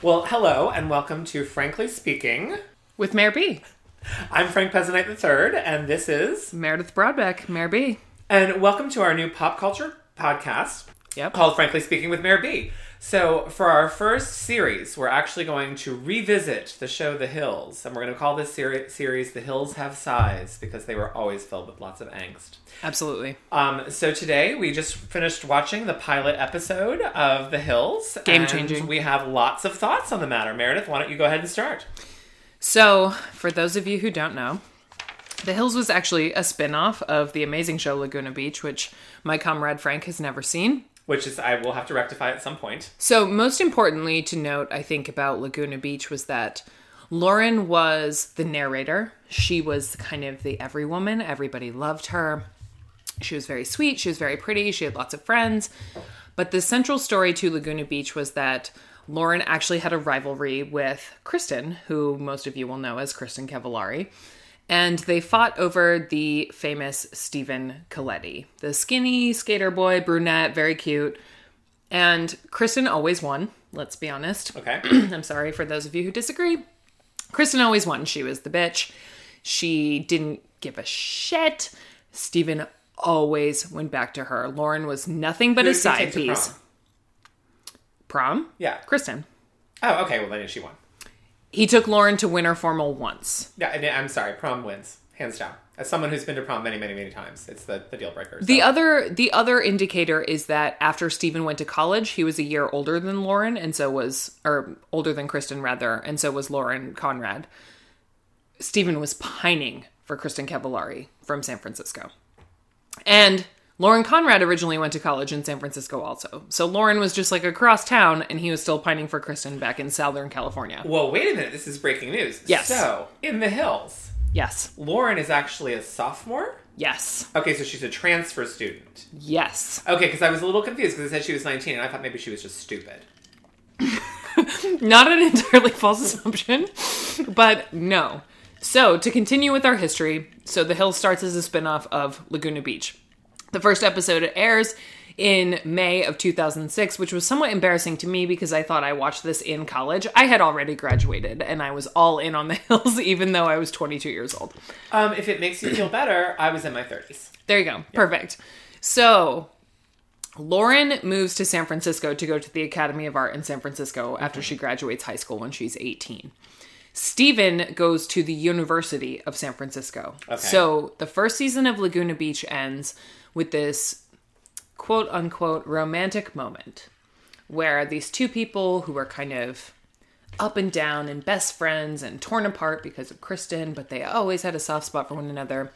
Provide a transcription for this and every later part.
Well, hello and welcome to Frankly Speaking. With Mayor B. I'm Frank Pezanite III, and this is. Meredith Broadbeck, Mayor B. And welcome to our new pop culture podcast Yep. called Frankly Speaking with Mayor B. So, for our first series, we're actually going to revisit the show The Hills, and we're going to call this seri- series The Hills Have Sighs because they were always filled with lots of angst. Absolutely. Um, so today we just finished watching the pilot episode of The Hills. Game and changing. We have lots of thoughts on the matter. Meredith, why don't you go ahead and start? So, for those of you who don't know, The Hills was actually a spin off of the amazing show Laguna Beach, which my comrade Frank has never seen. Which is I will have to rectify at some point. So, most importantly to note, I think, about Laguna Beach was that Lauren was the narrator. She was kind of the every woman. Everybody loved her. She was very sweet. She was very pretty. She had lots of friends. But the central story to Laguna Beach was that Lauren actually had a rivalry with Kristen, who most of you will know as Kristen Cavallari. And they fought over the famous Stephen Coletti, the skinny skater boy, brunette, very cute. And Kristen always won, let's be honest. Okay. I'm sorry for those of you who disagree. Kristen always won. She was the bitch. She didn't give a shit. Steven always went back to her. Lauren was nothing but Who a did she side take to piece. prom? Prom? Yeah. Kristen. Oh, okay. Well, then she won. He took Lauren to winter formal once. Yeah, and I'm sorry. Prom wins hands down. As someone who's been to prom many, many, many times, it's the, the deal breaker. so. The other the other indicator is that after Steven went to college, he was a year older than Lauren and so was or older than Kristen rather, and so was Lauren Conrad. Steven was pining for Kristen Cavallari from San Francisco. And Lauren Conrad originally went to college in San Francisco also. So Lauren was just like across town and he was still pining for Kristen back in Southern California. well, wait a minute. This is breaking news. Yes. So in the hills, Yes. Lauren is actually a sophomore. Yes. Okay, so she's a transfer student. Yes. Okay, because I was a little confused because it said she was 19, and I thought maybe she was just stupid. Not an entirely false assumption, but no. So, to continue with our history, so The Hill starts as a spin-off of Laguna Beach. The first episode airs in May of 2006, which was somewhat embarrassing to me because I thought I watched this in college. I had already graduated and I was all in on The Hills even though I was 22 years old. Um, if it makes you feel better, I was in my 30s. There you go. Perfect. So Lauren moves to San Francisco to go to the Academy of Art in San Francisco after she graduates high school when she's 18. Steven goes to the University of San Francisco. So the first season of Laguna Beach ends with this quote unquote romantic moment where these two people who are kind of up and down and best friends and torn apart because of Kristen, but they always had a soft spot for one another.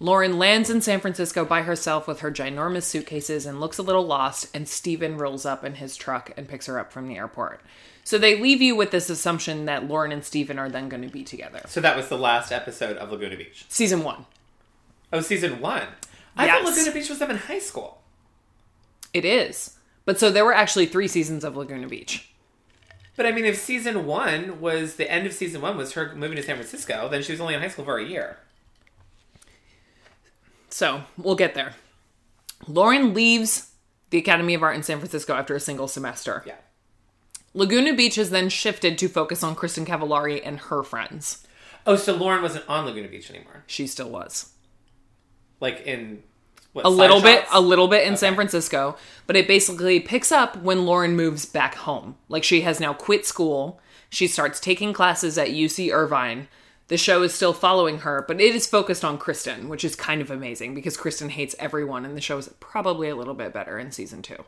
Lauren lands in San Francisco by herself with her ginormous suitcases and looks a little lost, and Steven rolls up in his truck and picks her up from the airport. So they leave you with this assumption that Lauren and Steven are then going to be together. So that was the last episode of Laguna Beach. Season one. Oh, season one. I thought Yes. Laguna Beach was up in high school. It is. But so there were actually three seasons of Laguna Beach. But I mean, if season one was the end of season one was her moving to San Francisco, then she was only in high school for a year. So we'll get there. Lauren leaves the Academy of Art in San Francisco after a single semester. Yeah. Laguna Beach is then shifted to focus on Kristen Cavallari and her friends. Oh, so Lauren wasn't on Laguna Beach anymore. She still was. Like in what, a little bit a little little bit in San Francisco, but it basically picks up when Lauren moves back home. Like she has now quit school. She starts taking classes at UC Irvine. The show is still following her, but it is focused on Kristen, which is kind of amazing because Kristen hates everyone and the show is probably a little bit better in season 2.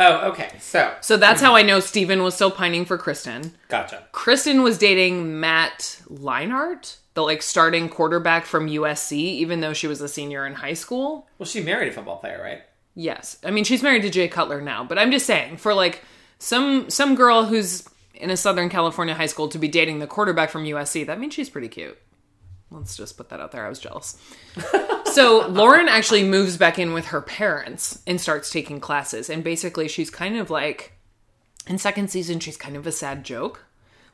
oh, okay. So So that's how I know Steven was still pining for Kristen. gotcha. Kristen was dating Matt Leinart, the like starting quarterback from USC even though she was a senior in high school. Well, she married a football player, right? Yes. I mean, she's married to Jay Cutler now, but I'm just saying for like some some girl who's in a Southern California high school to be dating the quarterback from USC, that means she's pretty cute. Let's just put that out there. I was jealous. so, Lauren actually moves back in with her parents and starts taking classes. And basically, she's kind of like in second season, she's kind of a sad joke.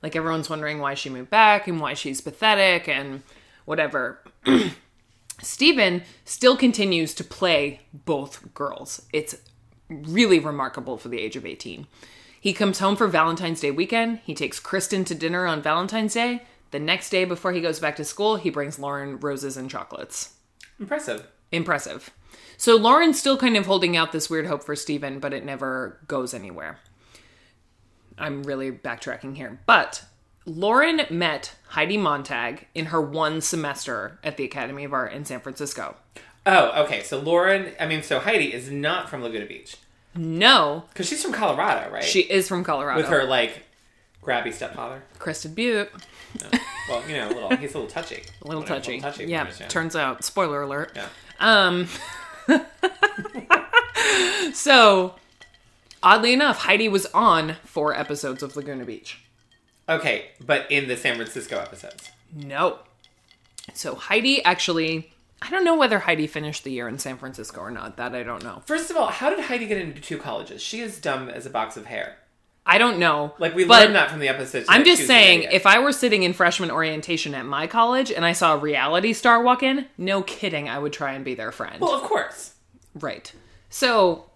Like everyone's wondering why she moved back and why she's pathetic and whatever. Steven still continues to play both girls. It's really remarkable for the age of 18. He comes home for Valentine's Day weekend. He takes Kristen to dinner on Valentine's Day. The next day, before he goes back to school, he brings Lauren roses and chocolates. Impressive. Impressive. So Lauren's still kind of holding out this weird hope for Steven, but it never goes anywhere. I'm really backtracking here. But Lauren met Heidi Montag in her one semester at the Academy of Art in San Francisco. Oh, okay. So Lauren, I mean, so Heidi is not from Laguna Beach No, because she's from Colorado, right? she is from Colorado. with her like grabby stepfather. Kristen Butte. Well, you know, a little. He's a little touchy. A little touchy. touchy. yeah, Yeah. turns out, spoiler alert. Um, Yeah. So, oddly enough, Heidi was on four episodes of Laguna Beach. Okay, but in the San Francisco episodes. No. So, Heidi actually, I don't know whether Heidi finished the year in San Francisco or not. That I don't know. First of all, how did Heidi get into two colleges? She is dumb as a box of hair. I don't know. Like we but learned that from the episode. I'm just saying, if I were sitting in freshman orientation at my college and I saw a reality star walk in, no kidding, I would try and be their friend. well, of course. Right. So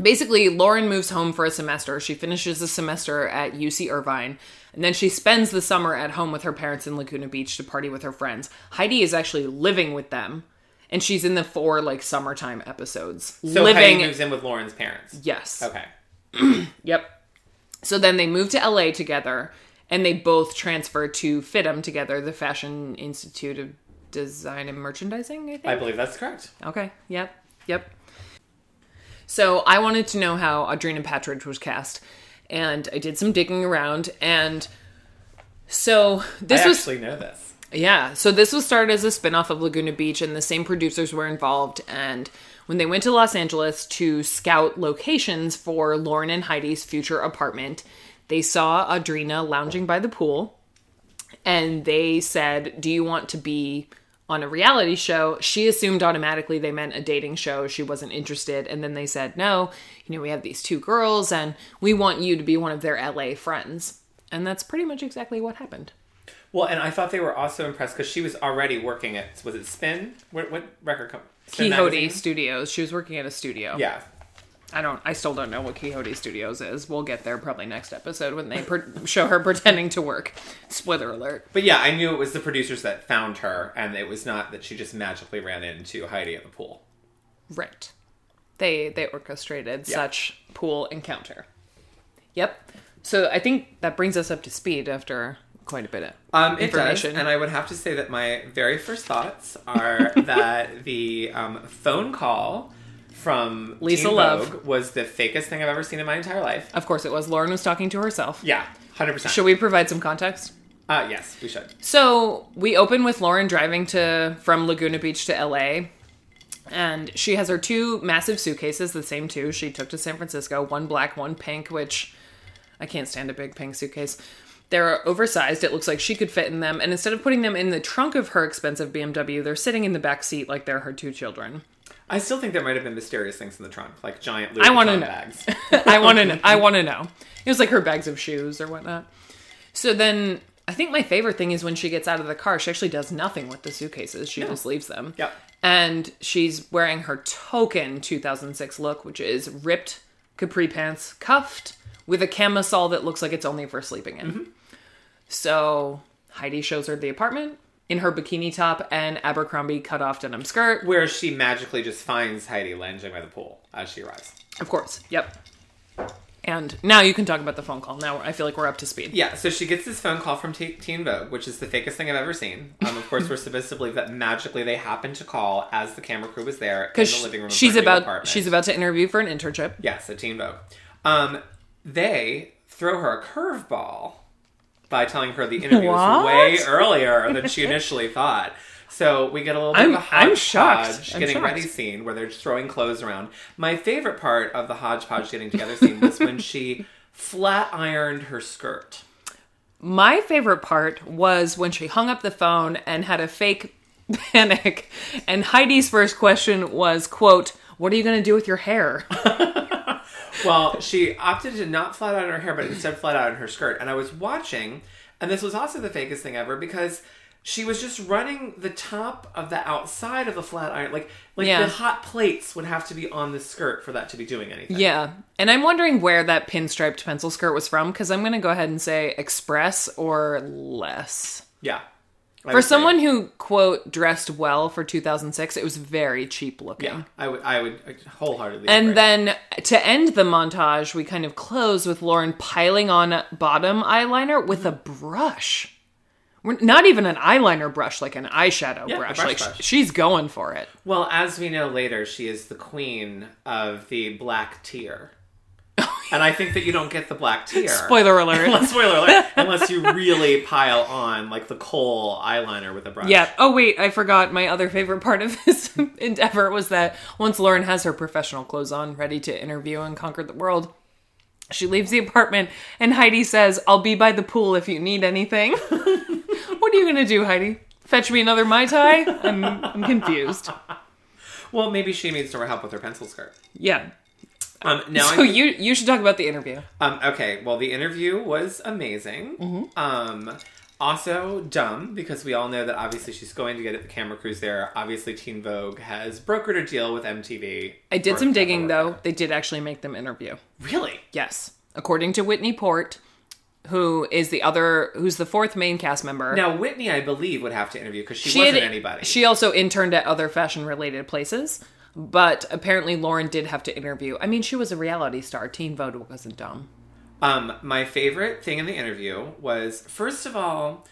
basically, Lauren moves home for a semester. She finishes the semester at UC Irvine, and then she spends the summer at home with her parents in Laguna Beach to party with her friends. Heidi is actually living with them, and she's in the four like summertime episodes. So living. Heidi moves Oh. in with Lauren's parents. yes. Okay. Yep. So then they moved to LA together and they both transferred to FITM together, the Fashion Institute of Design and Merchandising, I I think. believe that's correct. okay. Yep. Yep. So I wanted to know how Audrina Patridge was cast and I did some digging around and so this I was actually know this. yeah. So this was started as a spinoff of Laguna Beach, and the same producers were involved. And when they went to Los Angeles to scout locations for Lauren and Heidi's future apartment, they saw Audrina lounging by the pool, and they said, "Do you want to be?" On a reality show, she assumed automatically they meant a dating show. She wasn't interested. And then they said, No, you know, we have these two girls and we want you to be one of their LA friends. And that's pretty much exactly what happened. Well, and I thought they were also impressed because she was already working at was it Spin? What, what record company? Quixote Studios. She was working at a studio. Yeah. I don't. I still don't know what Quixote Studios is. We'll get there probably next episode when they per- show her pretending to work. Spoiler alert. But yeah, I knew it was the producers that found her, and it was not that she just magically ran into Heidi at the pool. Right. They they orchestrated such pool encounter. Yep. So I think that brings us up to speed after quite a bit of Um, it does, information. and I would have to say that my very first thoughts are that the um, phone call from Lisa Teen Love. Vogue was the fakest thing I've ever seen in my entire life. of course, it was Lauren was talking to herself. Yeah, hundred percent. Should we provide some context? Uh, yes, we should. So we open with Lauren driving to from Laguna Beach to LA. And she has her two massive suitcases, the same two she took to San Francisco, one black, one pink, which I can't stand a big pink suitcase. They're oversized. It looks like she could fit in them. And instead of putting them in the trunk of her expensive BMW, they're sitting in the back seat like they're her two children. I still think there might have been mysterious things in the trunk, like giant Louis I wanna Vuitton know. bags. I want to know. I want to know. It was like her bags of shoes or whatnot. So then I think my favorite thing is when she gets out of the car, she actually does nothing with the suitcases. She just leaves them. Yep. And she's wearing her token 2006 look, which is ripped capri pants, cuffed with a camisole that looks like it's only for sleeping in. So Heidi shows her the apartment in her bikini top and Abercrombie cut off denim skirt. Where she magically just finds Heidi lounging by the pool as she arrives. Of course. Yep. And now you can talk about the phone call. Now I feel like we're up to speed. Yeah, so she gets this phone call from Te- Teen Vogue, which is the fakest thing I've ever seen. Um, of course, we're supposed to believe that magically they happened to call as the camera crew was there in the because living room. of she's her new about apartment. she's about to interview for an internship. Yes, a Teen Vogue. Um, they throw her a curveball by telling her the interview was What? way earlier than she initially thought. So we get a little bit I'm- of a I'm shocked. hodgepodge I'm getting shocked. ready scene where they're just throwing clothes around. My favorite part of the hodgepodge getting together scene was when she flat ironed her skirt. My favorite part was when she hung up the phone and had a fake panic, and Heidi's first question was, "quote What are you going to do with your hair?" Well, she opted to not flat iron her hair, but instead flat iron her skirt. And I was watching, and this was also the fakest thing ever because she was just running the top of the outside of the flat iron. Like like Yeah. the hot plates would have to be on the skirt for that to be doing anything. Yeah. And I'm wondering where that pinstriped pencil skirt was from because I'm going to go ahead and say express or less. Yeah. I For would say- someone who, quote, dressed well for 2006, it was very cheap looking. Yeah. I would I would I wholeheartedly And agree. then to end the montage, we kind of close with Lauren piling on bottom eyeliner with a brush. We're not even an eyeliner brush, like an eyeshadow Yeah, a brush. brush Like brush. sh she's going for it. Well, as we know later, she is the queen of the black tier. and I think that you don't get the black tier. Spoiler alert. Unless, spoiler alert. Unless you really pile on like the coal eyeliner with a brush. Yeah. Oh wait, I forgot. My other favorite part of this endeavor was that once Lauren has her professional clothes on, ready to interview and conquer the world, she leaves the apartment, and Heidi says, "I'll be by the pool if you need anything." what are you gonna do, Heidi? Fetch me another mai tai? I'm, I'm confused. Well, maybe she needs her help with her pencil skirt. Yeah. Um, now, So I, you you should talk about the interview. um, okay. Well, the interview was amazing. Mm-hmm. Um, also dumb because we all know that obviously she's going to get at the camera crews there. Obviously, Teen Vogue has brokered a deal with MTV. I did for some Camera digging Work. though. They did actually make them interview. Really? Yes, according to Whitney Port, who is the other, who's the fourth main cast member. Now Whitney, I believe, would have to interview because she, she wasn't had- anybody. She also interned at other fashion related places, but apparently Lauren did have to interview. I mean, she was a reality star. Teen Vogue wasn't dumb. Um, my favorite thing in the interview was first of all,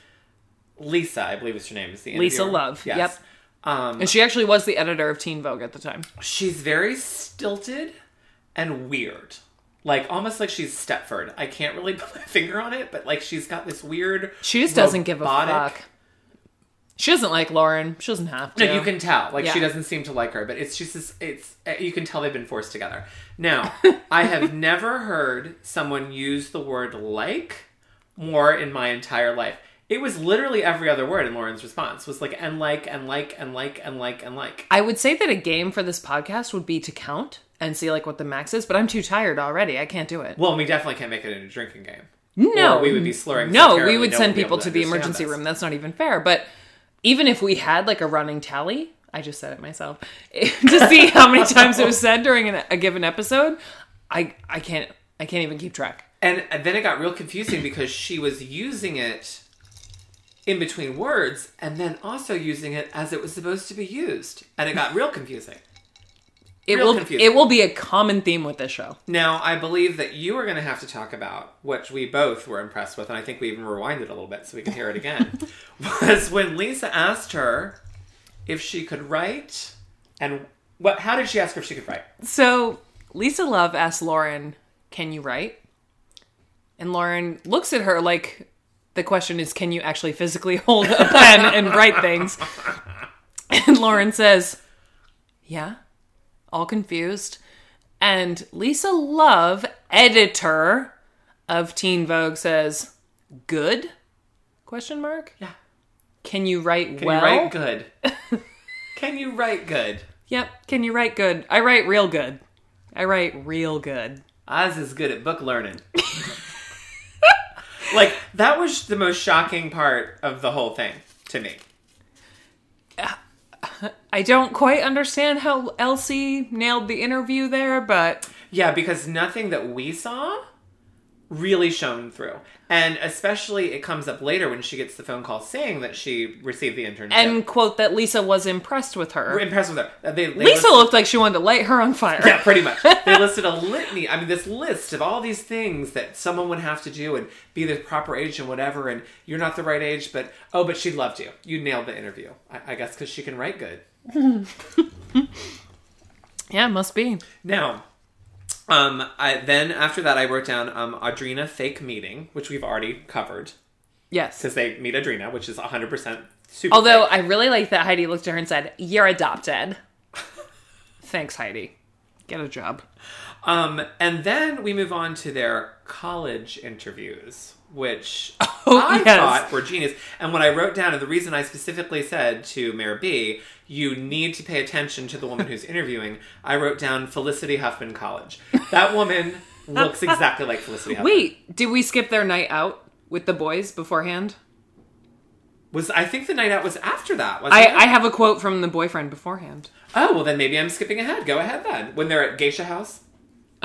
Lisa, I believe is her name, is the interviewer. Lisa Love, Yes. yep. Um, And she actually was the editor of Teen Vogue at the time. she's very stilted and weird. Like almost like she's Stepford. I can't really put my finger on it, but like she's got this weird. She just doesn't give a robotic- fuck. She doesn't like Lauren. She doesn't have to. No, you can tell. Like she Yeah. doesn't seem to like her, but it's just this, it's uh, you can tell they've been forced together. Now, I have never heard someone use the word like more in my entire life. It was literally every other word in Lauren's response was like and like and like and like and like and like. I would say that a game for this podcast would be to count and see like what the max is, but I'm too tired already. I can't do it. Well, we definitely can't make it into a drinking game. No, Or we would be slurring. so No, we terribly, would no one send be people able to the understand emergency this. room. That's not even fair. But even if we had like a running tally, I just said it myself to see how many times it was said during an, a given episode. I I can't I can't even keep track. And and then it got real confusing because she was using it in between words and then also using it as it was supposed to be used. And it got real confusing. It Real will confusing. it will be a common theme with this show. Now, I believe that you are going to have to talk about what we both were impressed with, and I think we even rewinded a little bit so we could hear it again. was when Lisa asked her if she could write, and what? How did she ask her if she could write? So Lisa Love asked Lauren, "Can you write?" And Lauren looks at her like the question is, "Can you actually physically hold a pen and write things?" And Lauren says, "Yeah." All confused. And Lisa Love, editor of Teen Vogue says, "Good?" question mark. Yeah. Can you write Can well? you write good? Can you write good? Yep. Can you write good? I write real good. I write real good. Oz is good at book learning. like that was the most shocking part of the whole thing to me. I don't quite understand how Elsie nailed the interview there, but Yeah, because nothing that we saw really shone through. And especially it comes up later when she gets the phone call saying that she received the internship. and quote that Lisa was impressed with We're her. impressed with her. Uh, They, they Lisa listed- looked like she wanted to light her on fire. yeah, pretty much. They listed a litany. I mean, this list of all these things that someone would have to do and be the proper age and whatever. And you're not the right age, but oh, but she loved you. You nailed the interview. I, I guess because she can write good. Yeah, must be. Now, um, I, then after that, I wrote down um, Audrina fake meeting, which we've already covered. Yes. because they meet Adrena, which is 100% super. Although fake. I really like that Heidi looked at her and said, "You're adopted." Thanks, Heidi. Get a job. um, and then we move on to their college interviews, which I Oh, yes. thought were genius. And what I wrote down, and the reason I specifically said to Mayor B, you need to pay attention to the woman who's interviewing, I wrote down Felicity Huffman College. That woman looks exactly like Felicity Huffman. Wait, did we skip their night out with the boys beforehand? Was I think the night out was after that? Wasn't I, it? I have a quote from the boyfriend beforehand. oh well, then maybe I'm skipping ahead. Go ahead then. When they're at Geisha House,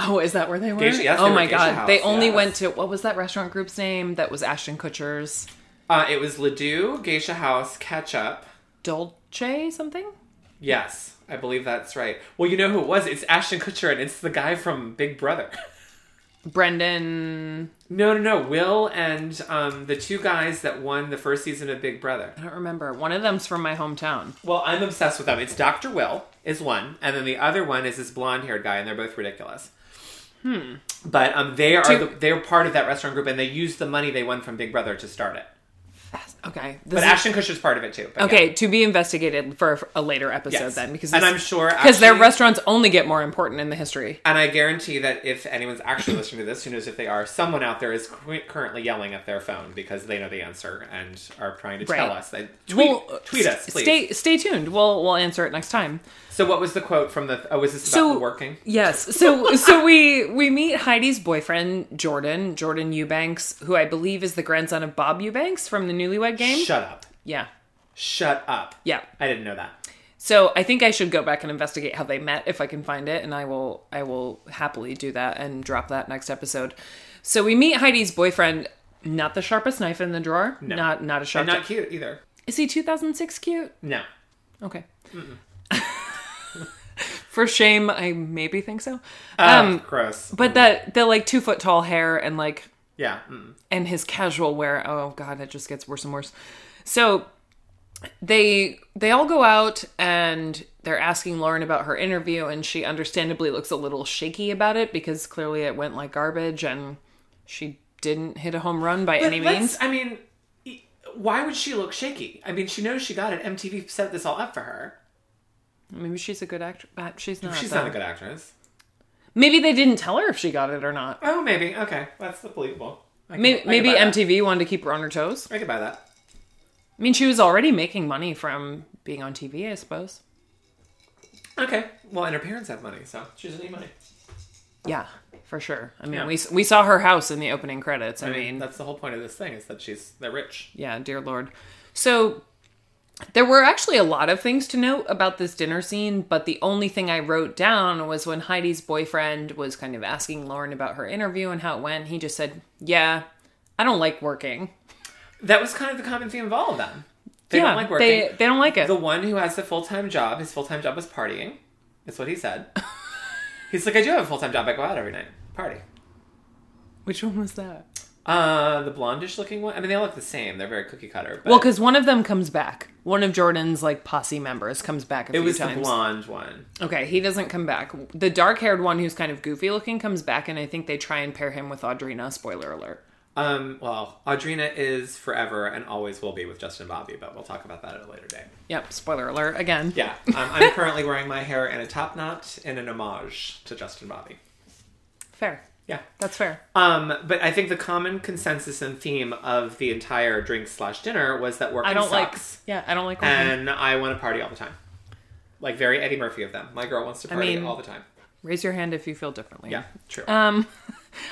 Oh, is that where they were? Geisha- yes, oh they were my Geisha god. House, they only yes. went to what was that restaurant group's name that was Ashton Kutcher's? uh, it was Ledoux, Geisha House, Catch Up. Dolce something? Yes, I believe that's right. Well, you know who it was? It's Ashton Kutcher, and it's the guy from Big Brother. Brendan No, no, no. Will and um, the two guys that won the first season of Big Brother. I don't remember. One of them's from my hometown. Well, I'm obsessed with them. It's Dr. Will is one, and then the other one is this blonde-haired guy, and they're both ridiculous. Hmm. But um, they are Two- the, they're part of that restaurant group, and they used the money they won from Big Brother to start it. Okay. This But is- Ashton Kutcher's part of it too. But okay, yeah. to be investigated for a later episode Yes. then because and this- I'm sure because their actually- restaurants only get more important in the history. And I guarantee that if anyone's actually listening to this, who knows if they are, someone out there is cu- currently yelling at their phone because they know the answer and are trying to tell Right. us. They- Tweet, Well, tweet us, s- please. Stay stay tuned. We'll we'll answer it next time. So, what was the quote from the? Oh, was this about So- the working? Yes. So so we we meet Heidi's boyfriend Jordan Jordan Eubanks, who I believe is the grandson of Bob Eubanks from the Newlywed Game. Shut up! yeah. Shut up! Yeah. I didn't know that. So I think I should go back and investigate how they met if I can find it, and I will I will happily do that and drop that next episode. So we meet Heidi's boyfriend, not the sharpest knife in the drawer, not not a sharp. And not cute either. is he 2006 cute? No. Okay. For shame, I maybe think so. Um, gross. But that the like two foot tall hair and like Yeah. mm. and his casual wear. Oh god, it just gets worse and worse. So they they all go out and they're asking Lauren about her interview and she understandably looks a little shaky about it because clearly it went like garbage and she didn't hit a home run by any Let's- means. I mean, e- why would she look shaky? I mean, she knows she got it. MTV set this all up for her. Maybe she's a good actress. She's not. She's though. not a good actress. Maybe they didn't tell her if she got it or not. Oh, maybe. Okay, that's believable. I can- I Maybe, can maybe buy that. MTV wanted to keep her on her toes. I can buy that. I mean, she was already making money from being on TV, I suppose. Okay. Well, and her parents have money, so she doesn't need money. Yeah, for sure. I mean, Yeah. we we we saw her house in the opening credits. I, I mean, mean, that's the whole point of this thing is that she's they're rich. yeah, dear lord. So there were actually a lot of things to note about this dinner scene, but the only thing I wrote down was when Heidi's boyfriend was kind of asking Lauren about her interview and how it went. He just said, "Yeah, I don't like working. That was kind of the common theme of all of them. They yeah, don't like working. They, they don't like it. The one who has a full time job, his full time job was partying. That's what he said. He's like, I do have a full time job. I go out every night, party. Which one was that? Uh, the blondish looking one. I mean, they all look the same. They're very cookie cutter. But Well, because one of them comes back. One of Jordan's like posse members comes back. A it few was times. the blonde one. Okay, he doesn't come back. The dark haired one who's kind of goofy looking comes back, and I think they try and pair him with Audrina. Spoiler alert. Um, well, Audrina is forever and always will be with Justin Bobby, but we'll talk about that at a later day. Yep, spoiler alert again. Yeah, um, I'm currently wearing my hair in a top knot in an homage to Justin Bobby. Fair. Yeah. That's fair. Um, but I think the common consensus and theme of the entire drink slash dinner was that working I don't like. sucks, Uh, Yeah, I don't like. and I want to party all the time. Like very Eddie Murphy of them. My girl wants to party mean- all the time. Raise your hand if you feel differently. Yeah, true. Um.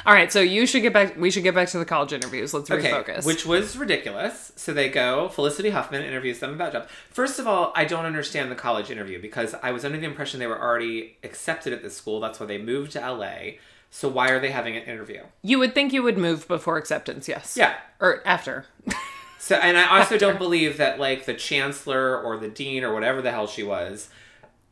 All right, so you should get back. We should get back to the college interviews. Let's okay, refocus. which was ridiculous. So they go. Felicity Huffman interviews them about jobs. First of all, I don't understand the college interview because I was under the impression they were already accepted at this school. That's why they moved to LA. So why are they having an interview? you would think you would move before acceptance. Yes. Yeah, Or after. So, and I also don't believe that like the chancellor or the dean or whatever the hell she was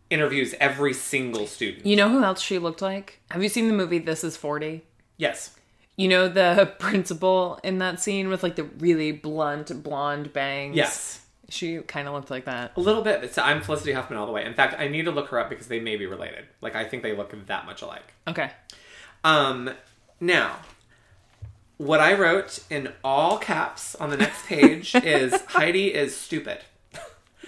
interviews every single student. you know who else she looked like? Have you seen the movie This Is Forty? Yes. You know the principal in that scene with like the really blunt blonde bangs. Yes. She kind of looked like that. A little bit. but So I'm Felicity Huffman all the way. In fact, I need to look her up because they may be related. Like I think they look that much alike. Okay. Um, now, what I wrote in all caps on the next page is Heidi is stupid.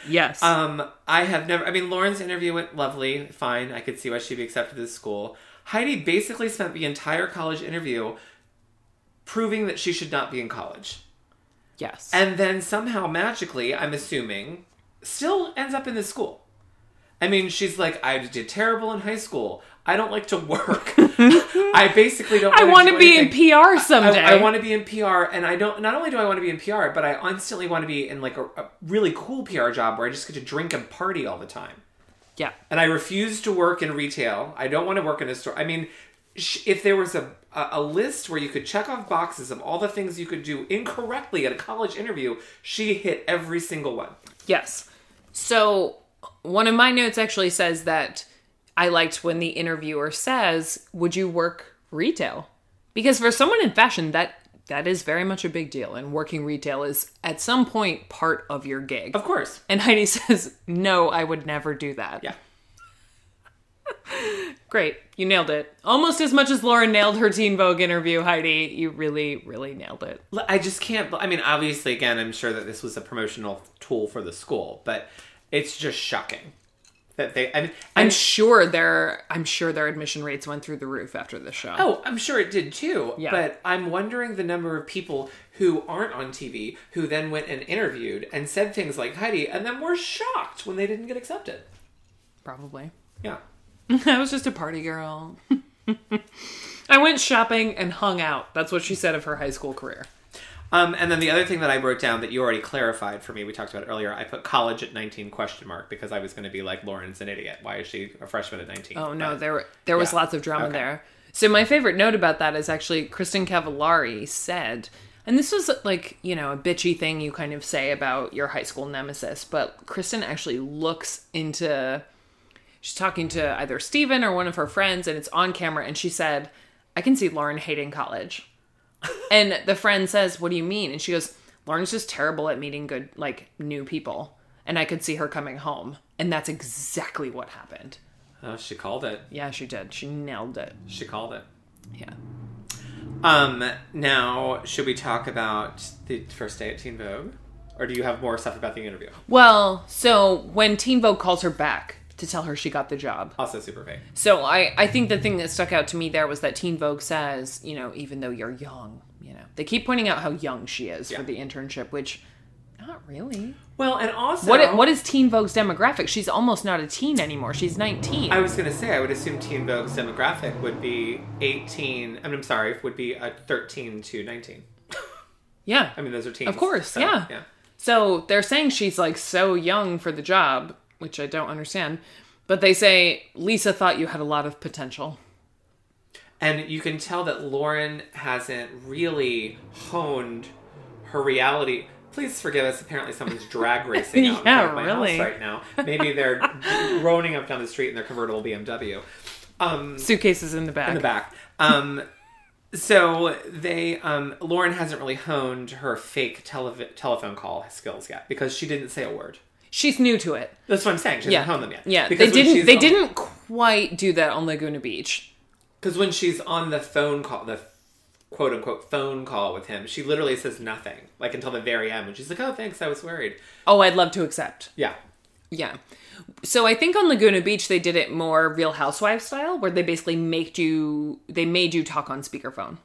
Yes. Um, I have never. I mean, Lauren's interview went lovely, fine. I could see why she'd be accepted to this school. Heidi basically spent the entire college interview proving that she should not be in college, yes. and then somehow magically, I'm assuming, still ends up in this school. I mean, she's like, I did terrible in high school. I don't like to work. I basically don't. I want to do be in anything. PR someday. I, I want to be in PR, and I don't. Not only do I want to be in PR, but I instantly want to be in like a, a really cool PR job where I just get to drink and party all the time. yeah. And I refuse to work in retail. I don't want to work in a store. I mean, sh- if there was a a a list where you could check off boxes of all the things you could do incorrectly at a college interview, she hit every single one. Yes. So one of my notes actually says that I liked when the interviewer says, "Would you work retail?" Because for someone in fashion, that that is very much a big deal, and working retail is at some point part of your gig. Of course. And Heidi says, "No, I would never do that." Yeah. Great, you nailed it. Almost as much as Lauren nailed her Teen Vogue interview, Heidi. You really, really nailed it. L- I just can't. I mean, obviously, again, I'm sure that this was a promotional tool for the school, but it's just shocking that they. I mean, I'm and- sure their I'm sure their admission rates went through the roof after this show. oh, I'm sure it did too. Yeah. But I'm wondering the number of people who aren't on TV who then went and interviewed and said things like Heidi, and then were shocked when they didn't get accepted. probably. Yeah. I was just a party girl. I went shopping and hung out. That's what she said of her high school career. Um, and then the other thing that I wrote down that you already clarified for me, we talked about it earlier. I put college at 19 question mark because I was going to be like Lauren's an idiot. Why is she a freshman at 19? Oh no, there there was yeah. lots of drama Okay. there. So my favorite note about that is actually Kristen Cavallari said, and this was like you know a bitchy thing you kind of say about your high school nemesis, but Kristen actually looks into. She's talking to either Steven or one of her friends, and it's on camera, and she said, "I can see Lauren hating college." and the friend says, "What do you mean?" And she goes, "Lauren's just terrible at meeting good like new people." And I could see her coming home. And that's exactly what happened. Oh, she called it. Yeah, she did. She nailed it. She called it. Yeah. Um, now should we talk about the first day at Teen Vogue, or do you have more stuff about the interview? Well, so when Teen Vogue calls her back to tell her she got the job. Also super vague. So I, I think the thing that stuck out to me there was that Teen Vogue says, you know, even though you're young, you know, they keep pointing out how young she is Yeah. for the internship, which not really. Well, and also What what is Teen Vogue's demographic? She's almost not a teen anymore. She's 19. I was going to say, I would assume Teen Vogue's demographic would be eighteen. I'm, I'm sorry, would be a thirteen to nineteen. yeah. I mean, those are teens. Of course, so, yeah. yeah. So they're saying she's like so young for the job, which I don't understand. But they say Lisa thought you had a lot of potential. And you can tell that Lauren hasn't really honed her reality. Please forgive us. Apparently, someone's drag racing out in Yeah, front of my really. house right now. Maybe they're roaning up down the street in their convertible BMW. Suitcases in the back. in the back. Um, so they, um, Lauren hasn't really honed her fake telev- telephone call skills yet because she didn't say a word. She's new to it. That's what I'm saying. She Yeah. hasn't honed them yet. Yeah. because they when didn't she's they on- didn't quite do that on Laguna Beach. because when she's on the phone call, the quote unquote phone call with him, she literally says nothing like until the very end when she's like, "Oh, thanks, I was worried." Oh, I'd love to accept. Yeah, Yeah. So I think on Laguna Beach they did it more real housewife style where they basically made you they made you talk on speakerphone.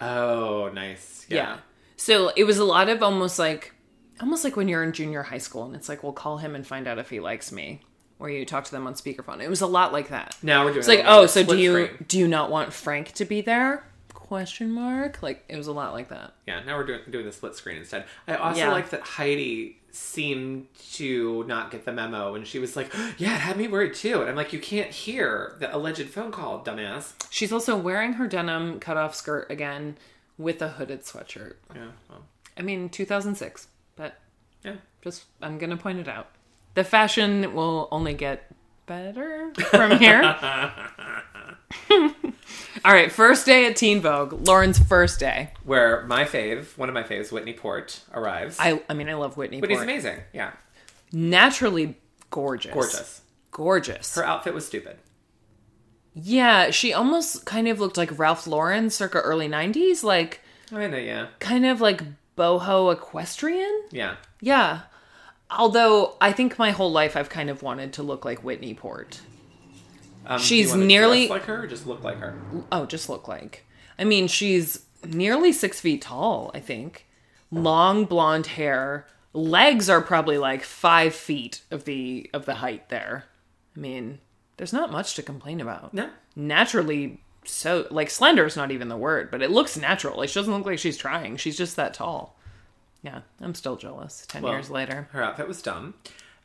Oh, nice. Yeah. Yeah. So it was a lot of almost like almost like when you're in junior high school and it's like we'll call him and find out if he likes me or you talk to them on speakerphone. It was a lot like that. Now we're doing It's like, a little "Oh, so do split you screen. do you not want Frank to be there?" question mark. Like it was a lot like that. Yeah, now we're doing doing the split screen instead. I also Yeah. like that Heidi seemed to not get the memo and she was like, "Yeah, it had me worried too." And I'm like, "You can't hear the alleged phone call, dumbass." She's also wearing her denim cutoff skirt again with a hooded sweatshirt. Yeah, well, I mean, 2006, but yeah. just I'm going to point it out. The fashion will only get better from here. All right, first day at Teen Vogue, Lauren's first day. Where my fave, one of my faves, Whitney Port arrives. I I mean, I love Whitney Whitney's Port. amazing. Yeah, Naturally gorgeous. gorgeous. Gorgeous. Her outfit was stupid. yeah, she almost kind of looked like Ralph Lauren circa early 90s, like I know. Yeah, kind of like boho equestrian. yeah. Yeah. Although I think my whole life I've kind of wanted to look like Whitney Port. Um, do you She's wanna nearly- dress like her, or just look like her. Oh, just look like. I mean, she's nearly six feet tall, I think. Long blonde hair. Legs are probably like five feet of the of the height there. I mean, there's not much to complain about. No. Naturally, so like slender is not even the word, but it looks natural. Like she doesn't look like she's trying. She's just that tall. Yeah, I'm still jealous. Ten Well, years later, Her outfit was dumb.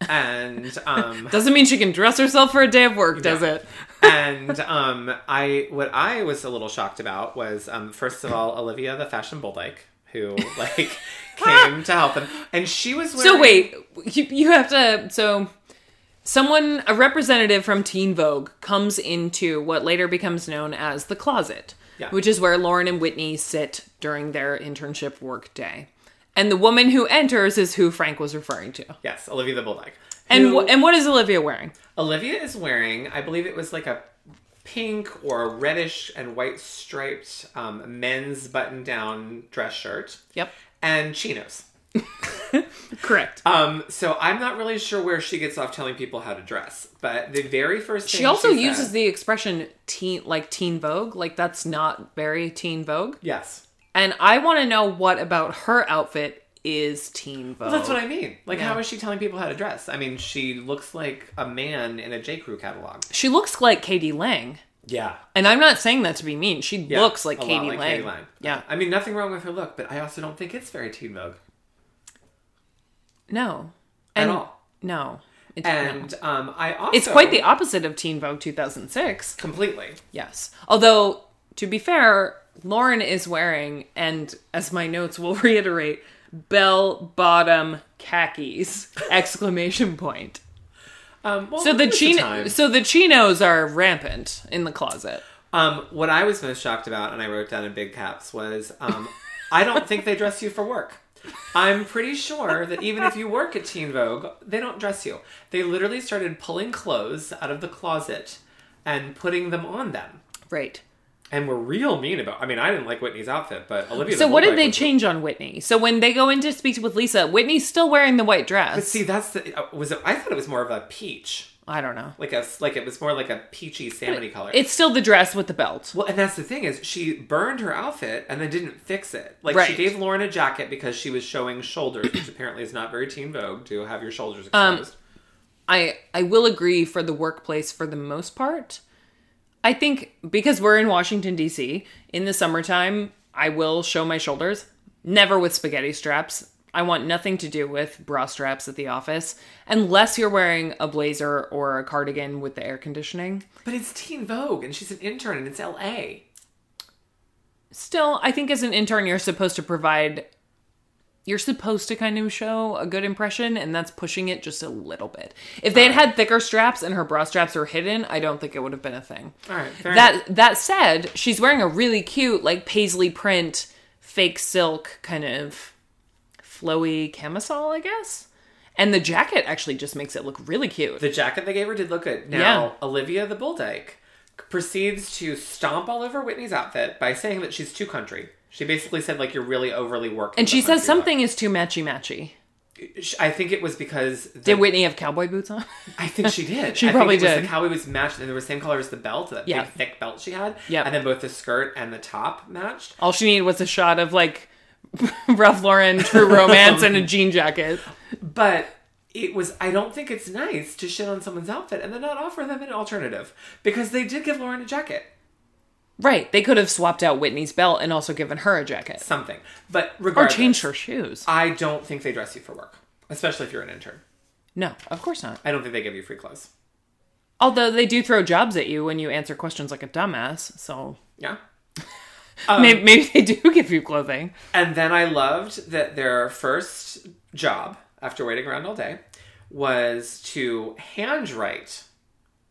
And um doesn't mean she can dress herself for a day of work, does Yeah. it? and um I what I was a little shocked about was um first of all Olivia the fashion bulldike who like came to help them and she was wearing So wait, you, you have to so someone a representative from Teen Vogue comes into what later becomes known as the closet, Yeah. which is where Lauren and Whitney sit during their internship work day. And the woman who enters is who Frank was referring to. yes Olivia the bulldike And Who- wh- and what is Olivia wearing? Olivia is wearing, I believe it was like a pink or reddish and white striped um, men's button down dress shirt. Yep. And chinos. Correct. Um, so I'm not really sure where she gets off telling people how to dress, but the very first thing she also said- uses the expression teen like teen vogue, like that's not very teen vogue. yes. And I want to know what about her outfit is teen vogue. That's what I mean. Like, how is she telling people how to dress? I mean, she looks like a man in a J Crew catalog. She looks like Katie Lang. Yeah, And I'm not saying that to be mean. She looks like, Katie, Lang. Yeah. I mean, nothing wrong with her look, but I also don't think it's very Teen Vogue No. at And- all. No. It's, no. And um, I also it's quite the opposite of Teen Vogue 2006. completely. Yes. Although, to be fair, Lauren is wearing, and as my notes will reiterate, bell bottom khakis! Exclamation point. Um, well, So the, it was chino- time. so the chinos are rampant in the closet. um, what I was most shocked about, and I wrote down in big caps, was um, I don't think they dress you for work. I'm pretty sure that even if you work at Teen Vogue, they don't dress you. They literally started pulling clothes out of the closet and putting them on them, Right. and were real mean about. I mean, I didn't like Whitney's outfit, but Olivia. So the what did Bulldog they was- change on Whitney? So when they go in to speak with Lisa, Whitney's still wearing the white dress. See, that's the uh, was. It, I thought it was more of a peach, I don't know. like a like it was more like a peachy salmony color. It's still the dress with the belt. Well, and that's the thing is she burned her outfit and then didn't fix it. Like she Right. gave Lauren a jacket because she was showing shoulders, which apparently is not very Teen Vogue to have your shoulders Um, exposed. I I will agree for the workplace for the most part. I think because we're in Washington D.C. in the summertime, I will show my shoulders, never with spaghetti straps. I want nothing to do with bra straps at the office unless you're wearing a blazer or a cardigan with the air conditioning. but it's Teen Vogue, and she's an intern, and it's L.A. Still, I think as an intern you're supposed to provide you're supposed to kind of show a good impression, and that's pushing it just a little bit. If they had had thicker straps and her bra straps were hidden, I don't think it would have been a thing. All right, fair enough. That that said, she's wearing a really cute like paisley print fake silk kind of flowy camisole, I guess. And the jacket actually just makes it look really cute. The jacket they gave her did look good. Now Olivia the Bulldike proceeds to stomp all over Whitney's outfit by saying that she's too country. She basically said like you're really overly working, and the she says country something is too matchy matchy. look. I think it was because the, Did Whitney have cowboy boots on? I think she did. She I probably think it was did. The cowboy was matched, and they were the same color as the belt, that Yeah. big thick belt she had. Yeah. and then both the skirt and the top matched. All she needed was a shot of like Ralph Lauren, True Romance, and a jean jacket. But it was. I don't think it's nice to shit on someone's outfit and then not offer them an alternative because they did give Lauren a jacket, Right. They could have swapped out Whitney's belt and also given her a jacket something. But or regardless, changed her shoes. I don't think they dress you for work, especially if you're an intern. No, of course not. I don't think they give you free clothes. Although they do throw jobs at you when you answer questions like a dumbass, so Yeah. maybe, maybe they do give you clothing. And then I loved that their first job after waiting around all day was to handwrite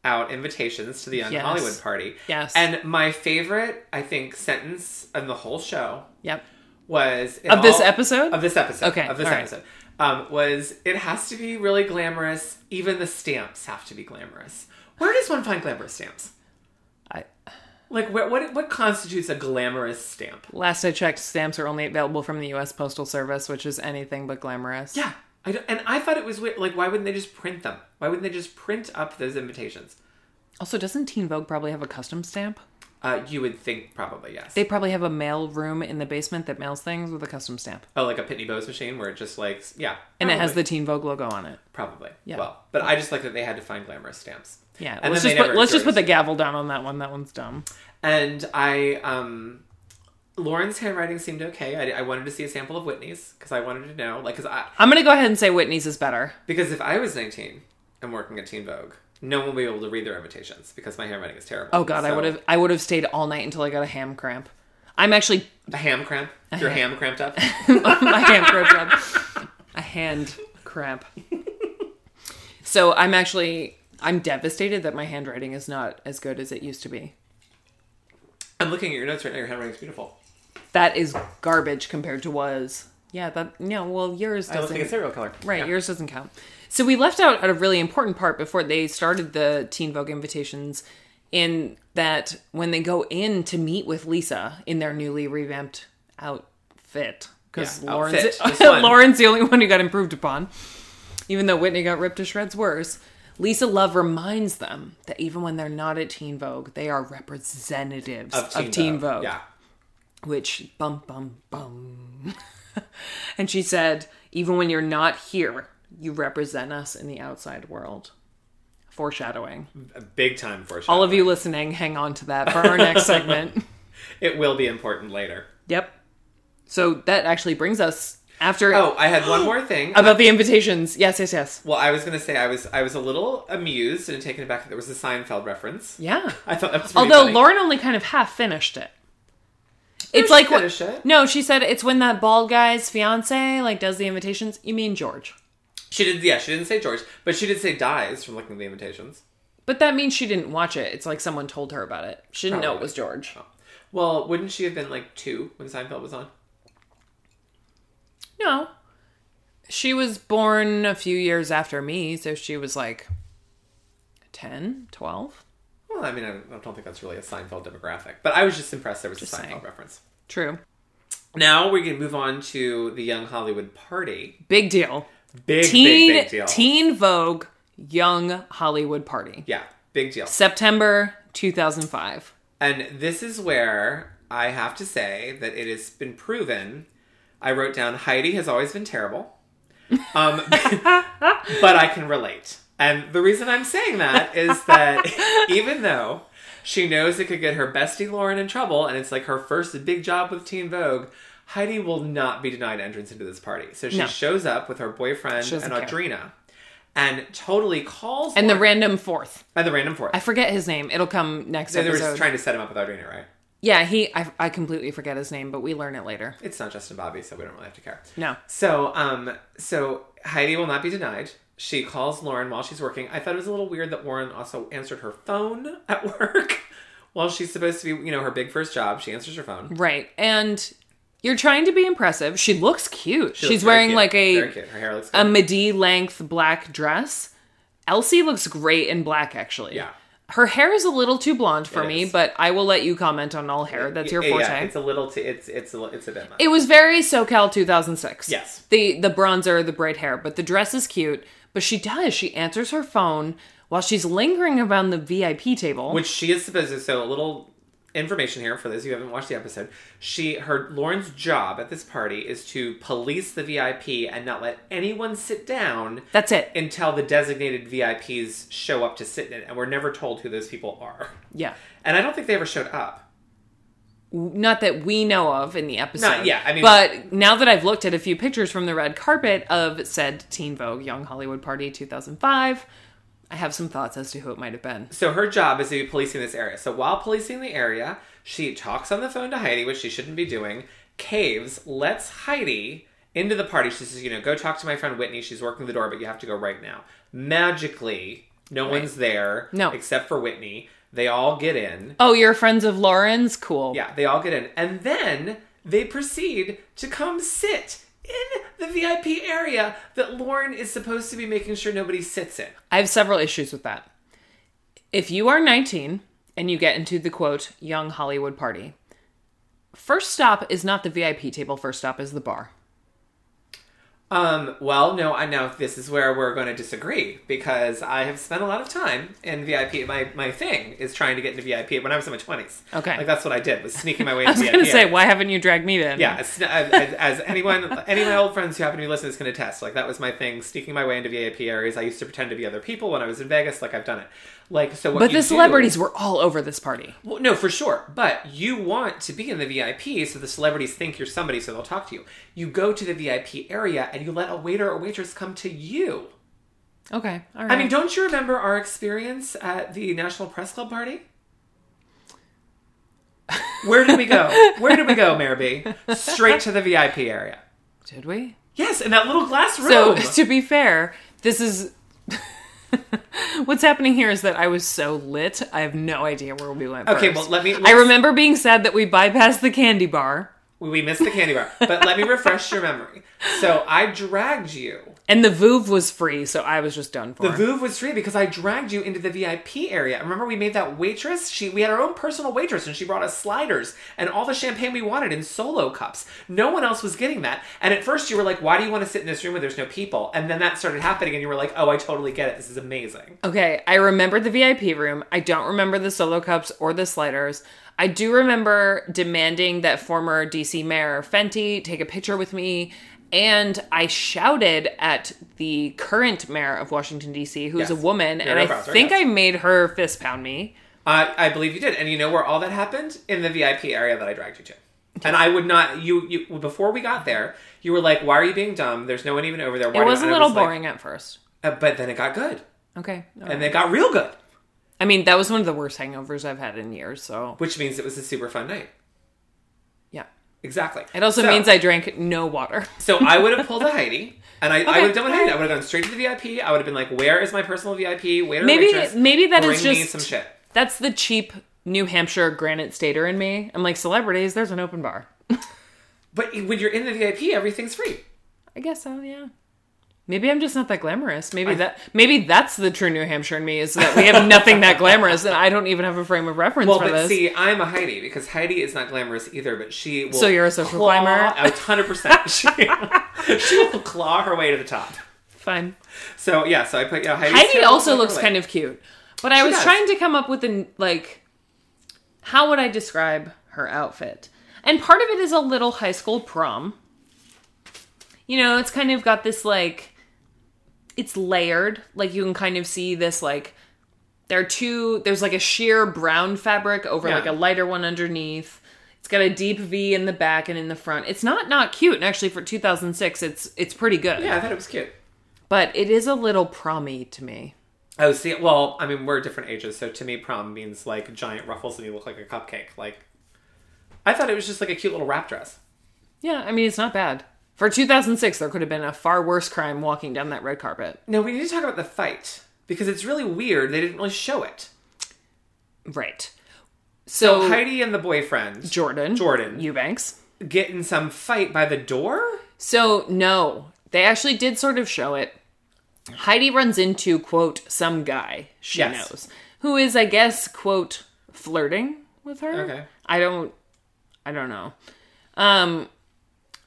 out invitations to the Young Yes. Hollywood party. Yes. And my favorite, I think, sentence of the whole show Yep. was in Of this all- episode? Of this episode. Okay, Of this all right. episode. Um, was it has to be really glamorous. Even the stamps have to be glamorous. Where does one find glamorous stamps? I, Like, what what, what constitutes a glamorous stamp? last I checked, stamps are only available from the U.S. Postal Service, which is anything but glamorous. Yeah. I don't, and I thought it was weird. Like, why wouldn't they just print them? Why wouldn't they just print up those invitations? Also, doesn't Teen Vogue probably have a custom stamp? Uh, you would think probably yes. They probably have a mail room in the basement that mails things with a custom stamp. oh, like a Pitney Bowes machine where it just like yeah, And it has probably. the Teen Vogue logo on it. probably Yeah. Well, but I just like that they had to find glamorous stamps. Yeah. And let's then they just put, never let's just put the encouraged gavel down on that one. That one's dumb. And I, um, Lauren's handwriting seemed okay. I, I wanted to see a sample of Whitney's because I wanted to know, like, because I I'm gonna go ahead and say Whitney's is better. because if I was nineteen and working at Teen Vogue, no one would be able to read their invitations because my handwriting is terrible. Oh god, I So- would have I would have stayed all night until I got a ham cramp. I'm actually a ham cramp. Your ham cramped up. my hand cramp. job. A hand cramp. So I'm actually I'm devastated that my handwriting is not as good as it used to be. I'm looking at your notes right now. Your handwriting's beautiful. That is garbage compared to was. Yeah, that no, well yours I don't think it's doesn't serial color. Right, Yeah. yours doesn't count. So we left out a really important part before they started the Teen Vogue invitations in that when they go in to meet with Lisa in their newly revamped outfit. Because Yeah, Lauren's, outfit, just one. Lauren's the only one who got improved upon. Even though Whitney got ripped to shreds worse. Lisa Love reminds them that even when they're not at Teen Vogue, they are representatives of Teen, Vogue Yeah. which bum bum bum. and she said, even when you're not here, you represent us in the outside world. Foreshadowing. A big time for All of you listening, hang on to that for our next segment. It will be important later. Yep. So that actually brings us after Oh, I had one more thing. about the invitations. Yes, yes, yes. Well, I was gonna say I was I was a little amused and taken aback that there was a Seinfeld reference. Yeah. I thought that was pretty Although funny. Lauren only kind of half finished it. It's she like wh- finished it. no, she said it's when that bald guy's fiance like does the invitations. You mean George? she did yeah she didn't say George but she did say dies from looking at the invitations. But that means she didn't watch it. It's like someone told her about it. She didn't know Probably. it Oh. was George. Well, wouldn't she have been like two when Seinfeld was on? No. She was born a few years after me, so she was like 10, 12. Well, I mean I I don't think that's really a Seinfeld demographic, but I was just impressed there was a Seinfeld saying. reference. True. Now we can move on to the Young Hollywood Party. Big deal. Big Teen big big deal. Teen Vogue Young Hollywood Party. yeah, big deal. September 2005. And this is where I have to say that it has been proven. I wrote down Heidi has always been terrible, um, but I can relate. And the reason I'm saying that is that even though she knows it could get her bestie Lauren in trouble, and it's like her first big job with Teen Vogue, Heidi will not be denied entrance into this party. So she No. shows up with her boyfriend doesn't and care. Audrina, and totally calls And the Lauren- random fourth. and the random fourth. I forget his name. It'll come next they were episode. just trying to set him up with Audrina, right? yeah, he. I, I completely forget his name, but we learn it later. it's not Justin Bobby, so we don't really have to care. No. So, um, so Heidi will not be denied. She calls Lauren while she's working. I thought it was a little weird that Lauren also answered her phone at work while she's supposed to be, you know, her big first job. She answers her phone. Right. And you're trying to be impressive. She looks cute. She She's looks very wearing cute. like Very a um, cute. Her hair looks a good. midi length black dress. Elsie looks great in black actually. Yeah. Her hair is a little too blonde for It me, is. but I will let you comment on all hair. That's your Yeah, forte. Yeah, it's a little. T- it's it's a, li- it's a bit. Much. It was very SoCal 2006. Yes. The the bronzer, the braid hair, but the dress is cute. But she does. She answers her phone while she's lingering around the VIP table. Which she is supposed to. So a little information here for those who haven't watched the episode. She her Lauren's job at this party is to police the VIP and not let anyone sit down. That's it. until the designated VIPs show up to sit in, it, and we're never told who those people are. yeah. And I don't think they ever showed up. not that we know of in the episode. Not- yeah, I mean- but now that I've looked at a few pictures from the red carpet of said Teen Vogue Young Hollywood Party 2005, I have some thoughts as to who it might have been. So her job is to be policing this area. So while policing the area, she talks on the phone to Heidi, which she shouldn't be doing, caves, lets Heidi into the party. She says, you know, go talk to my friend Whitney. She's working the door, but you have to go right now. Magically, no one's there No. except for Whitney. They all get in. Oh, you're friends of Lauren's? Cool. Yeah, they all get in. And then they proceed to come sit in the VIP area that Lauren is supposed to be making sure nobody sits in. I have several issues with that. If you are 19 and you get into the quote Young Hollywood Party, first stop is not the VIP table, first stop is the bar. Um, well, no, I now this is where we're going to disagree because I have spent a lot of time in VIP. My my thing is trying to get into VIP when I was in my twenties. Okay. like that's what I did was sneaking my way I into was VIP. gonna say, why haven't you dragged me then? yeah, as, as, as anyone, any of my old friends who happen to be listening is going to attest. Like that was my thing, sneaking my way into VIP areas. I used to pretend to be other people when I was in Vegas. Like I've done it. Like so, what But you the do- celebrities were all over this party. well, no, for sure. But you want to be in the VIP so the celebrities think you're somebody so they'll talk to you. You go to the VIP area and you let a waiter or waitress come to you. Okay. All right. I mean, don't you remember our experience at the National Press Club party? Where did we go? Where did we go, Mayor B? Straight to the VIP area. did we? Yes, in that little glass So room. to be fair, this is what's happening here is that I was so lit. I have no idea where we went. Okay, first. well, let me- I let's- remember being sad that we bypassed the candy bar we missed the candy bar, but let me refresh your memory. So I dragged you and the Vouv was free, so I was just done for. The Vouv was free because I dragged you into the VIP area. Remember, we made that waitress. She, we had our own personal waitress, and she brought us sliders and all the champagne we wanted in solo cups. No one else was getting that. And at first, you were like, "Why do you want to sit in this room where there's no people?" And then that started happening, and you were like, "Oh, I totally get it. This is amazing." Okay, I remember the VIP room. I don't remember the solo cups or the sliders. I do remember demanding that former DC mayor Fenty take a picture with me. And I shouted at the current mayor of Washington, D.C., who's Yes. a woman. and I Muriel Bowser, think yes. I made her fist pound me. Uh, I believe you did, and you know where all that happened in the VIP area that I dragged you to. And I would not you you before we got there, you were like, "Why are you being dumb? There's no one even over there." Why It do-" was a and I little like- boring at first. uh, but then it got good, Okay. all right. and it got real good, I mean, that was one of the worst hangovers I've had in years. So, which means it was a super fun night. yeah. Exactly. It also So- means I drank no water. So I would have pulled a Heidi, and I, I would have done what all Heidi. right. I would have gone straight to the VIP. I would have been like, "Where is my personal VIP? Waiter, Maybe- waitress, maybe that bring is me just- some shit." That's the cheap New Hampshire granite stater in me. I'm like, celebrities, there's an open bar. But when you're in the VIP, everything's free. I guess so, yeah. Maybe I'm just not that glamorous. Maybe that maybe that's the true New Hampshire in me is that we have nothing that glamorous and I don't even have a frame of reference Well, for but this. see, I'm a Heidi because Heidi is not glamorous either, but she will. So you're a social claw- climber? A hundred percent. She she will claw her way to the top. Fine. So yeah, so I put yeah. Heidi's Heidi terrible also at looks her kind weight. of cute. But I was does. trying to come up with an like how would I describe her outfit? And part of it is a little high school prom. You know, it's kind of got this like it's layered. Like you can kind of see this like there are two there's like a sheer brown fabric over Yeah. like a lighter one underneath. It's got a deep V in the back and in the front. It's not not cute. And actually for 2006 it's it's pretty good. Yeah, I thought it was cute. But it is a little prommy to me. Oh, see, well, I mean, we're different ages, so to me, prom means like giant ruffles and you look like a cupcake. Like, I thought it was just like a cute little wrap dress. Yeah, I mean, it's not bad. For 2006, there could have been a far worse crime walking down that red carpet. No, we need to talk about the fight because it's really weird. They didn't really show it. Right. So, Heidi and the boyfriend Jordan. Jordan. Eubanks. get in some fight by the door. So, no, they actually did sort of show it. Heidi runs into, quote, some guy she Yes. knows, who is, I guess, quote, flirting with her. Okay. I don't, I don't know. Um,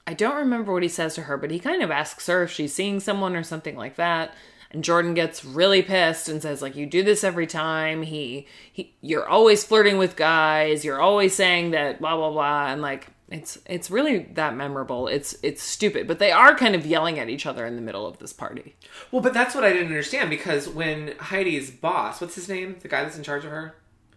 I don't remember what he says to her, but he kind of asks her if she's seeing someone or something like that. And Jordan gets really pissed and says, like, you do this every time. He, he, you're always flirting with guys. You're always saying that blah, blah, blah. And like, it's, it's really that memorable. It's, it's stupid, but they are kind of yelling at each other in the middle of this party. Well, but that's what I didn't understand because when Heidi's boss, what's his name, the guy that's in charge of her,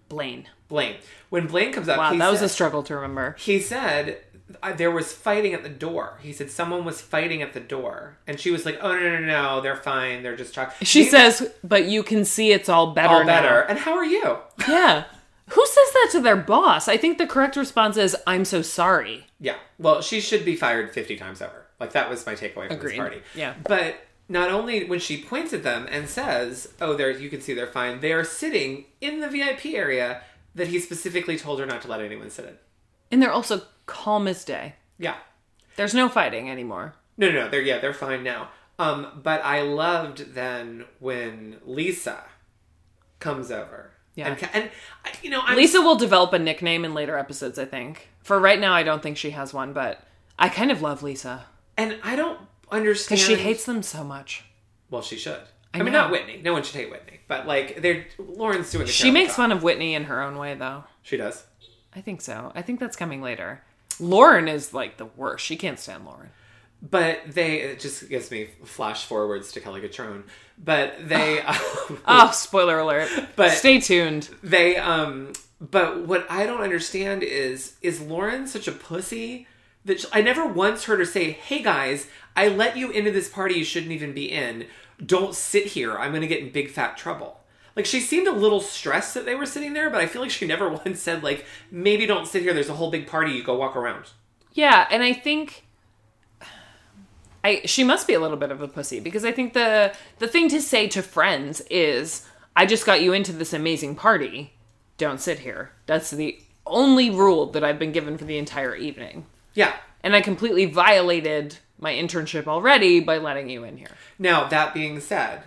Blaine. Blaine. When Blaine comes up, Wow. he that was said, a struggle to remember. he said uh, there was fighting at the door. He said someone was fighting at the door, and she was like, "Oh no, no, no, no they're fine. They're just talking." She says, but you can see it's all better "All now." better." And how are you? Yeah. Who says that to their boss? I think the correct response is, I'm so sorry. Yeah. Well, she should be fired 50 times over. Like, that was my takeaway from Agreed. this party. Yeah. But not only when she points at them and says, oh, there, you can see they're fine, they are sitting in the VIP area that he specifically told her not to let anyone sit in. And they're also calm as day. Yeah. There's no fighting anymore. No, no, no. They're, yeah, they're fine now. Um, but I loved then when Lisa comes over. Yeah. And, ca- and I- you know, I'm Lisa will develop a nickname in later episodes, I think. For right now, I don't think she has one, but I kind of love Lisa. And I don't understand. Because she hates them so much. Well, she should. I, I mean, know. not Whitney. No one should hate Whitney. But like, they're Lauren's doing the. She terrible makes job. fun of Whitney in her own way, though. She does. I think so. I think that's coming later. Lauren is like the worst. She can't stand Lauren. But they it just gives me flash forwards to Kelly Catron. But they, um, Oh, spoiler alert. But- stay tuned. they, um. But what I don't understand is is Lauren such a pussy that she, I never once heard her say, "Hey guys, I let you into this party you shouldn't even be in. Don't sit here. I'm going to get in big fat trouble." Like she seemed a little stressed that they were sitting there, but I feel like she never once said like, "Maybe don't sit here. There's a whole big party. You go walk around." Yeah, and I think I she must be a little bit of a pussy because I think the the thing to say to friends is I just got you into this amazing party. Don't sit here. That's the only rule that I've been given for the entire evening. Yeah. And I completely violated my internship already by letting you in here. Now, that being said,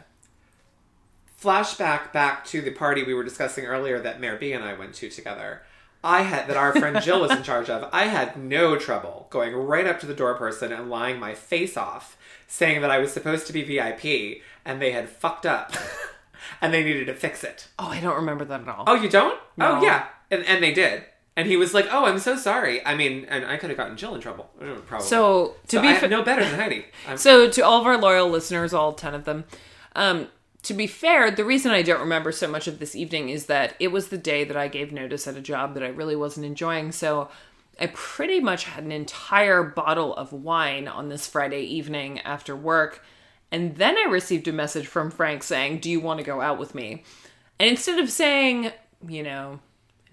flashback back to the party we were discussing earlier that Mayor B and I went to together. I had that our friend Jill was in charge of. I had no trouble going right up to the door person and lying my face off, saying that I was supposed to be VIP and they had fucked up and they needed to fix it. Oh, I don't remember that at all. Oh, you don't? No. Oh, yeah. And, and they did. And he was like, "Oh, I'm so sorry. I mean, and I could have gotten Jill in trouble. Mm, Probably. so, to So be I fa- no better than Heidi. I'm, So, to all of our loyal listeners, all 10 of them, um, to be fair, the reason I don't remember so much of this evening is that it was the day that I gave notice at a job that I really wasn't enjoying. So, I pretty much had an entire bottle of wine on this Friday evening after work. And then I received a message from Frank saying, Do you want to go out with me? And instead of saying, you know,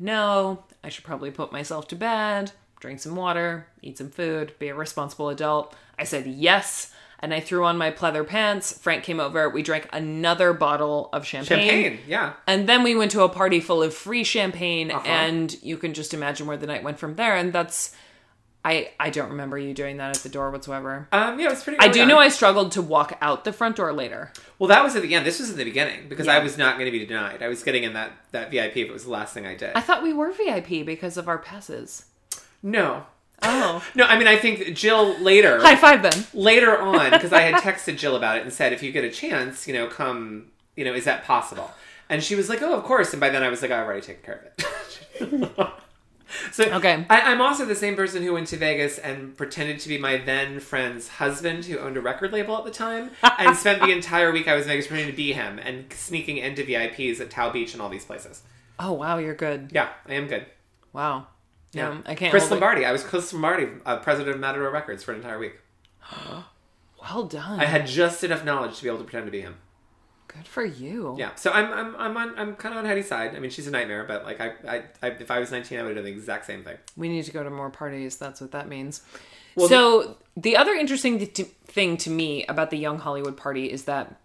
no, I should probably put myself to bed, drink some water, eat some food, be a responsible adult. I said yes, and I threw on my pleather pants. Frank came over, we drank another bottle of champagne. champagne. Yeah. And then we went to a party full of free champagne, and you can just imagine where the night went from there. And that's, I, I don't remember you doing that at the door whatsoever. Um, yeah, it was pretty. I early do on. know I struggled to walk out the front door later. Well, that was at the end. This was at the beginning because I was not going to be denied. I was getting in that that VIP if it was the last thing I did. I thought we were VIP because of our passes. no, Oh. no. I mean, I think that Jill later High five then. later on because I had texted Jill about it and said, if you get a chance, you know, come. You know, is that possible? And she was like, oh, of course. And by then I was like, I've already taken care of it. so Okay. I, I'm also the same person who went to Vegas and pretended to be my then friend's husband who owned a record label at the time and spent the entire week I was in Vegas pretending to be him and sneaking into VIPs at Tau Beach and all these places. Oh wow, you're good. Yeah, I am good. Wow. Yeah, I can't. Chris hold it. Lombardi. I was Chris Lombardi, uh, president of Matador Records for an entire week. Well done. I had just enough knowledge to be able to pretend to be him. good for you. Yeah, so I'm I'm I'm on I'm kind of on Hetty's side. I mean, she's a nightmare, but like I, I, I if I was 19, I would have done the exact same thing. We need to go to more parties. That's what that means. so the other interesting th- t- thing to me about the Young Hollywood party is that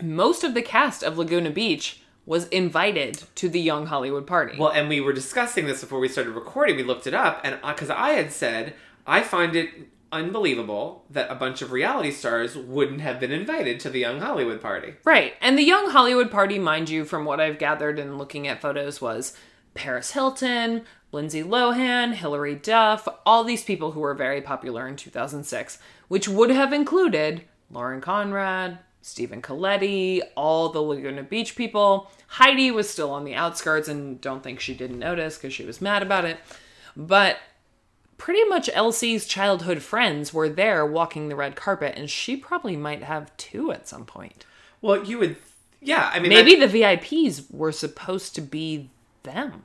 most of the cast of Laguna Beach was invited to the Young Hollywood party. Well, and we were discussing this before we started recording. We looked it up, and because I had said I find it unbelievable that a bunch of reality stars wouldn't have been invited to the Young Hollywood party. Right. And the Young Hollywood Party, mind you, from what I've gathered and looking at photos, was Paris Hilton, Lindsay Lohan, Hilary Duff, all these people who were very popular in 2006, which would have included Lauren Conrad, Stephen Coletti, all the Laguna Beach people. Heidi was still on the outskirts and don't think she didn't notice because she was mad about it. But pretty much Elsie's childhood friends were there walking the red carpet, and she probably might have two at some point. Well, you would, yeah. I mean, Maybe the VIPs were supposed to be them.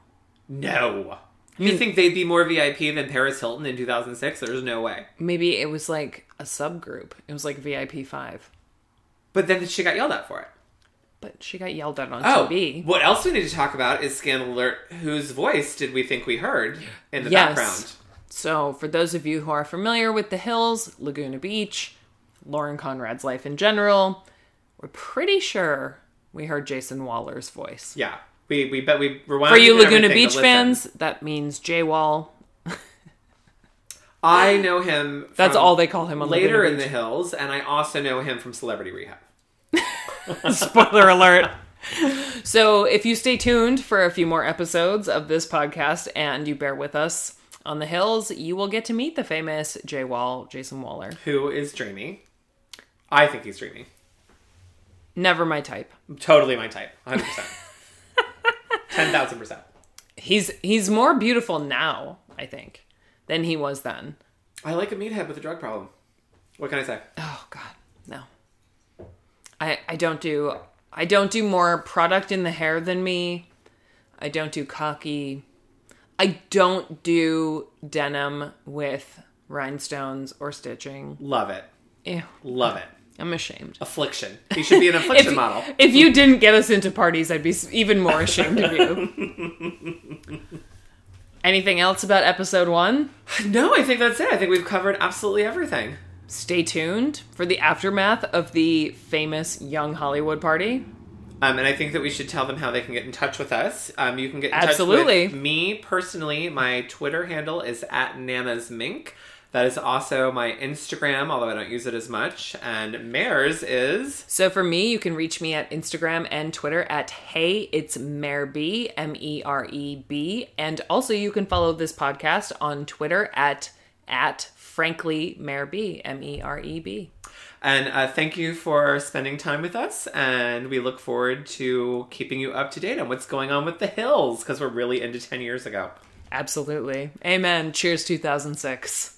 no. You think they'd be more VIP than Paris Hilton in 2006? There's no way. Maybe it was like a subgroup. It was like VIP 5. But then she got yelled at for it. But she got yelled at on Oh, TV. what else we need to talk about is Scandal Alert. Whose voice did we think we heard in the Yes. background? So, for those of you who are familiar with the hills, Laguna Beach, Lauren Conrad's life in general, we're pretty sure we heard Jason Waller's voice. Yeah, we we bet we rewound. For you and Laguna everything to Beach listen. fans, that means J Wall. I know him. That's from all they call him on Um, later Laguna in the hills, and I also know him from Celebrity Rehab. Spoiler alert. So, if you stay tuned for a few more episodes of this podcast and you bear with us on the hills, you will get to meet the famous Jay Wall, Jason Waller. Who is dreamy? I think he's dreamy. Never my type. Totally my type. 100%. 10,000%. He's he's more beautiful now, I think, than he was then. I like a meathead with a drug problem. What can I say? Oh God, no. I I don't do I don't do more product in the hair than me. I don't do cocky. I don't do denim with rhinestones or stitching. Love it. Ew, Love it. I'm ashamed. Affliction. He should be an affliction If- model. If you didn't get us into parties, I'd be s- even more ashamed of you. Anything else about episode one? No, I think that's it. I think we've covered absolutely everything. Stay tuned for the aftermath of the famous Young Hollywood party. Um, and I think that we should tell them how they can get in touch with us. Um, you can get in Absolutely. touch with me personally. My Twitter handle is at Nana's Mink. That is also my Instagram, although I don't use it as much. And Mare's is So for me, you can reach me at Instagram and Twitter at Hey It's Mereb, M E R E B, and also you can follow this podcast on Twitter at at Frankly Mereb, M E R E B. And uh, thank you for spending time with us. And we look forward to keeping you up to date on what's going on with the hills because we're really into 10 years ago. Absolutely, amen. Cheers, two thousand six.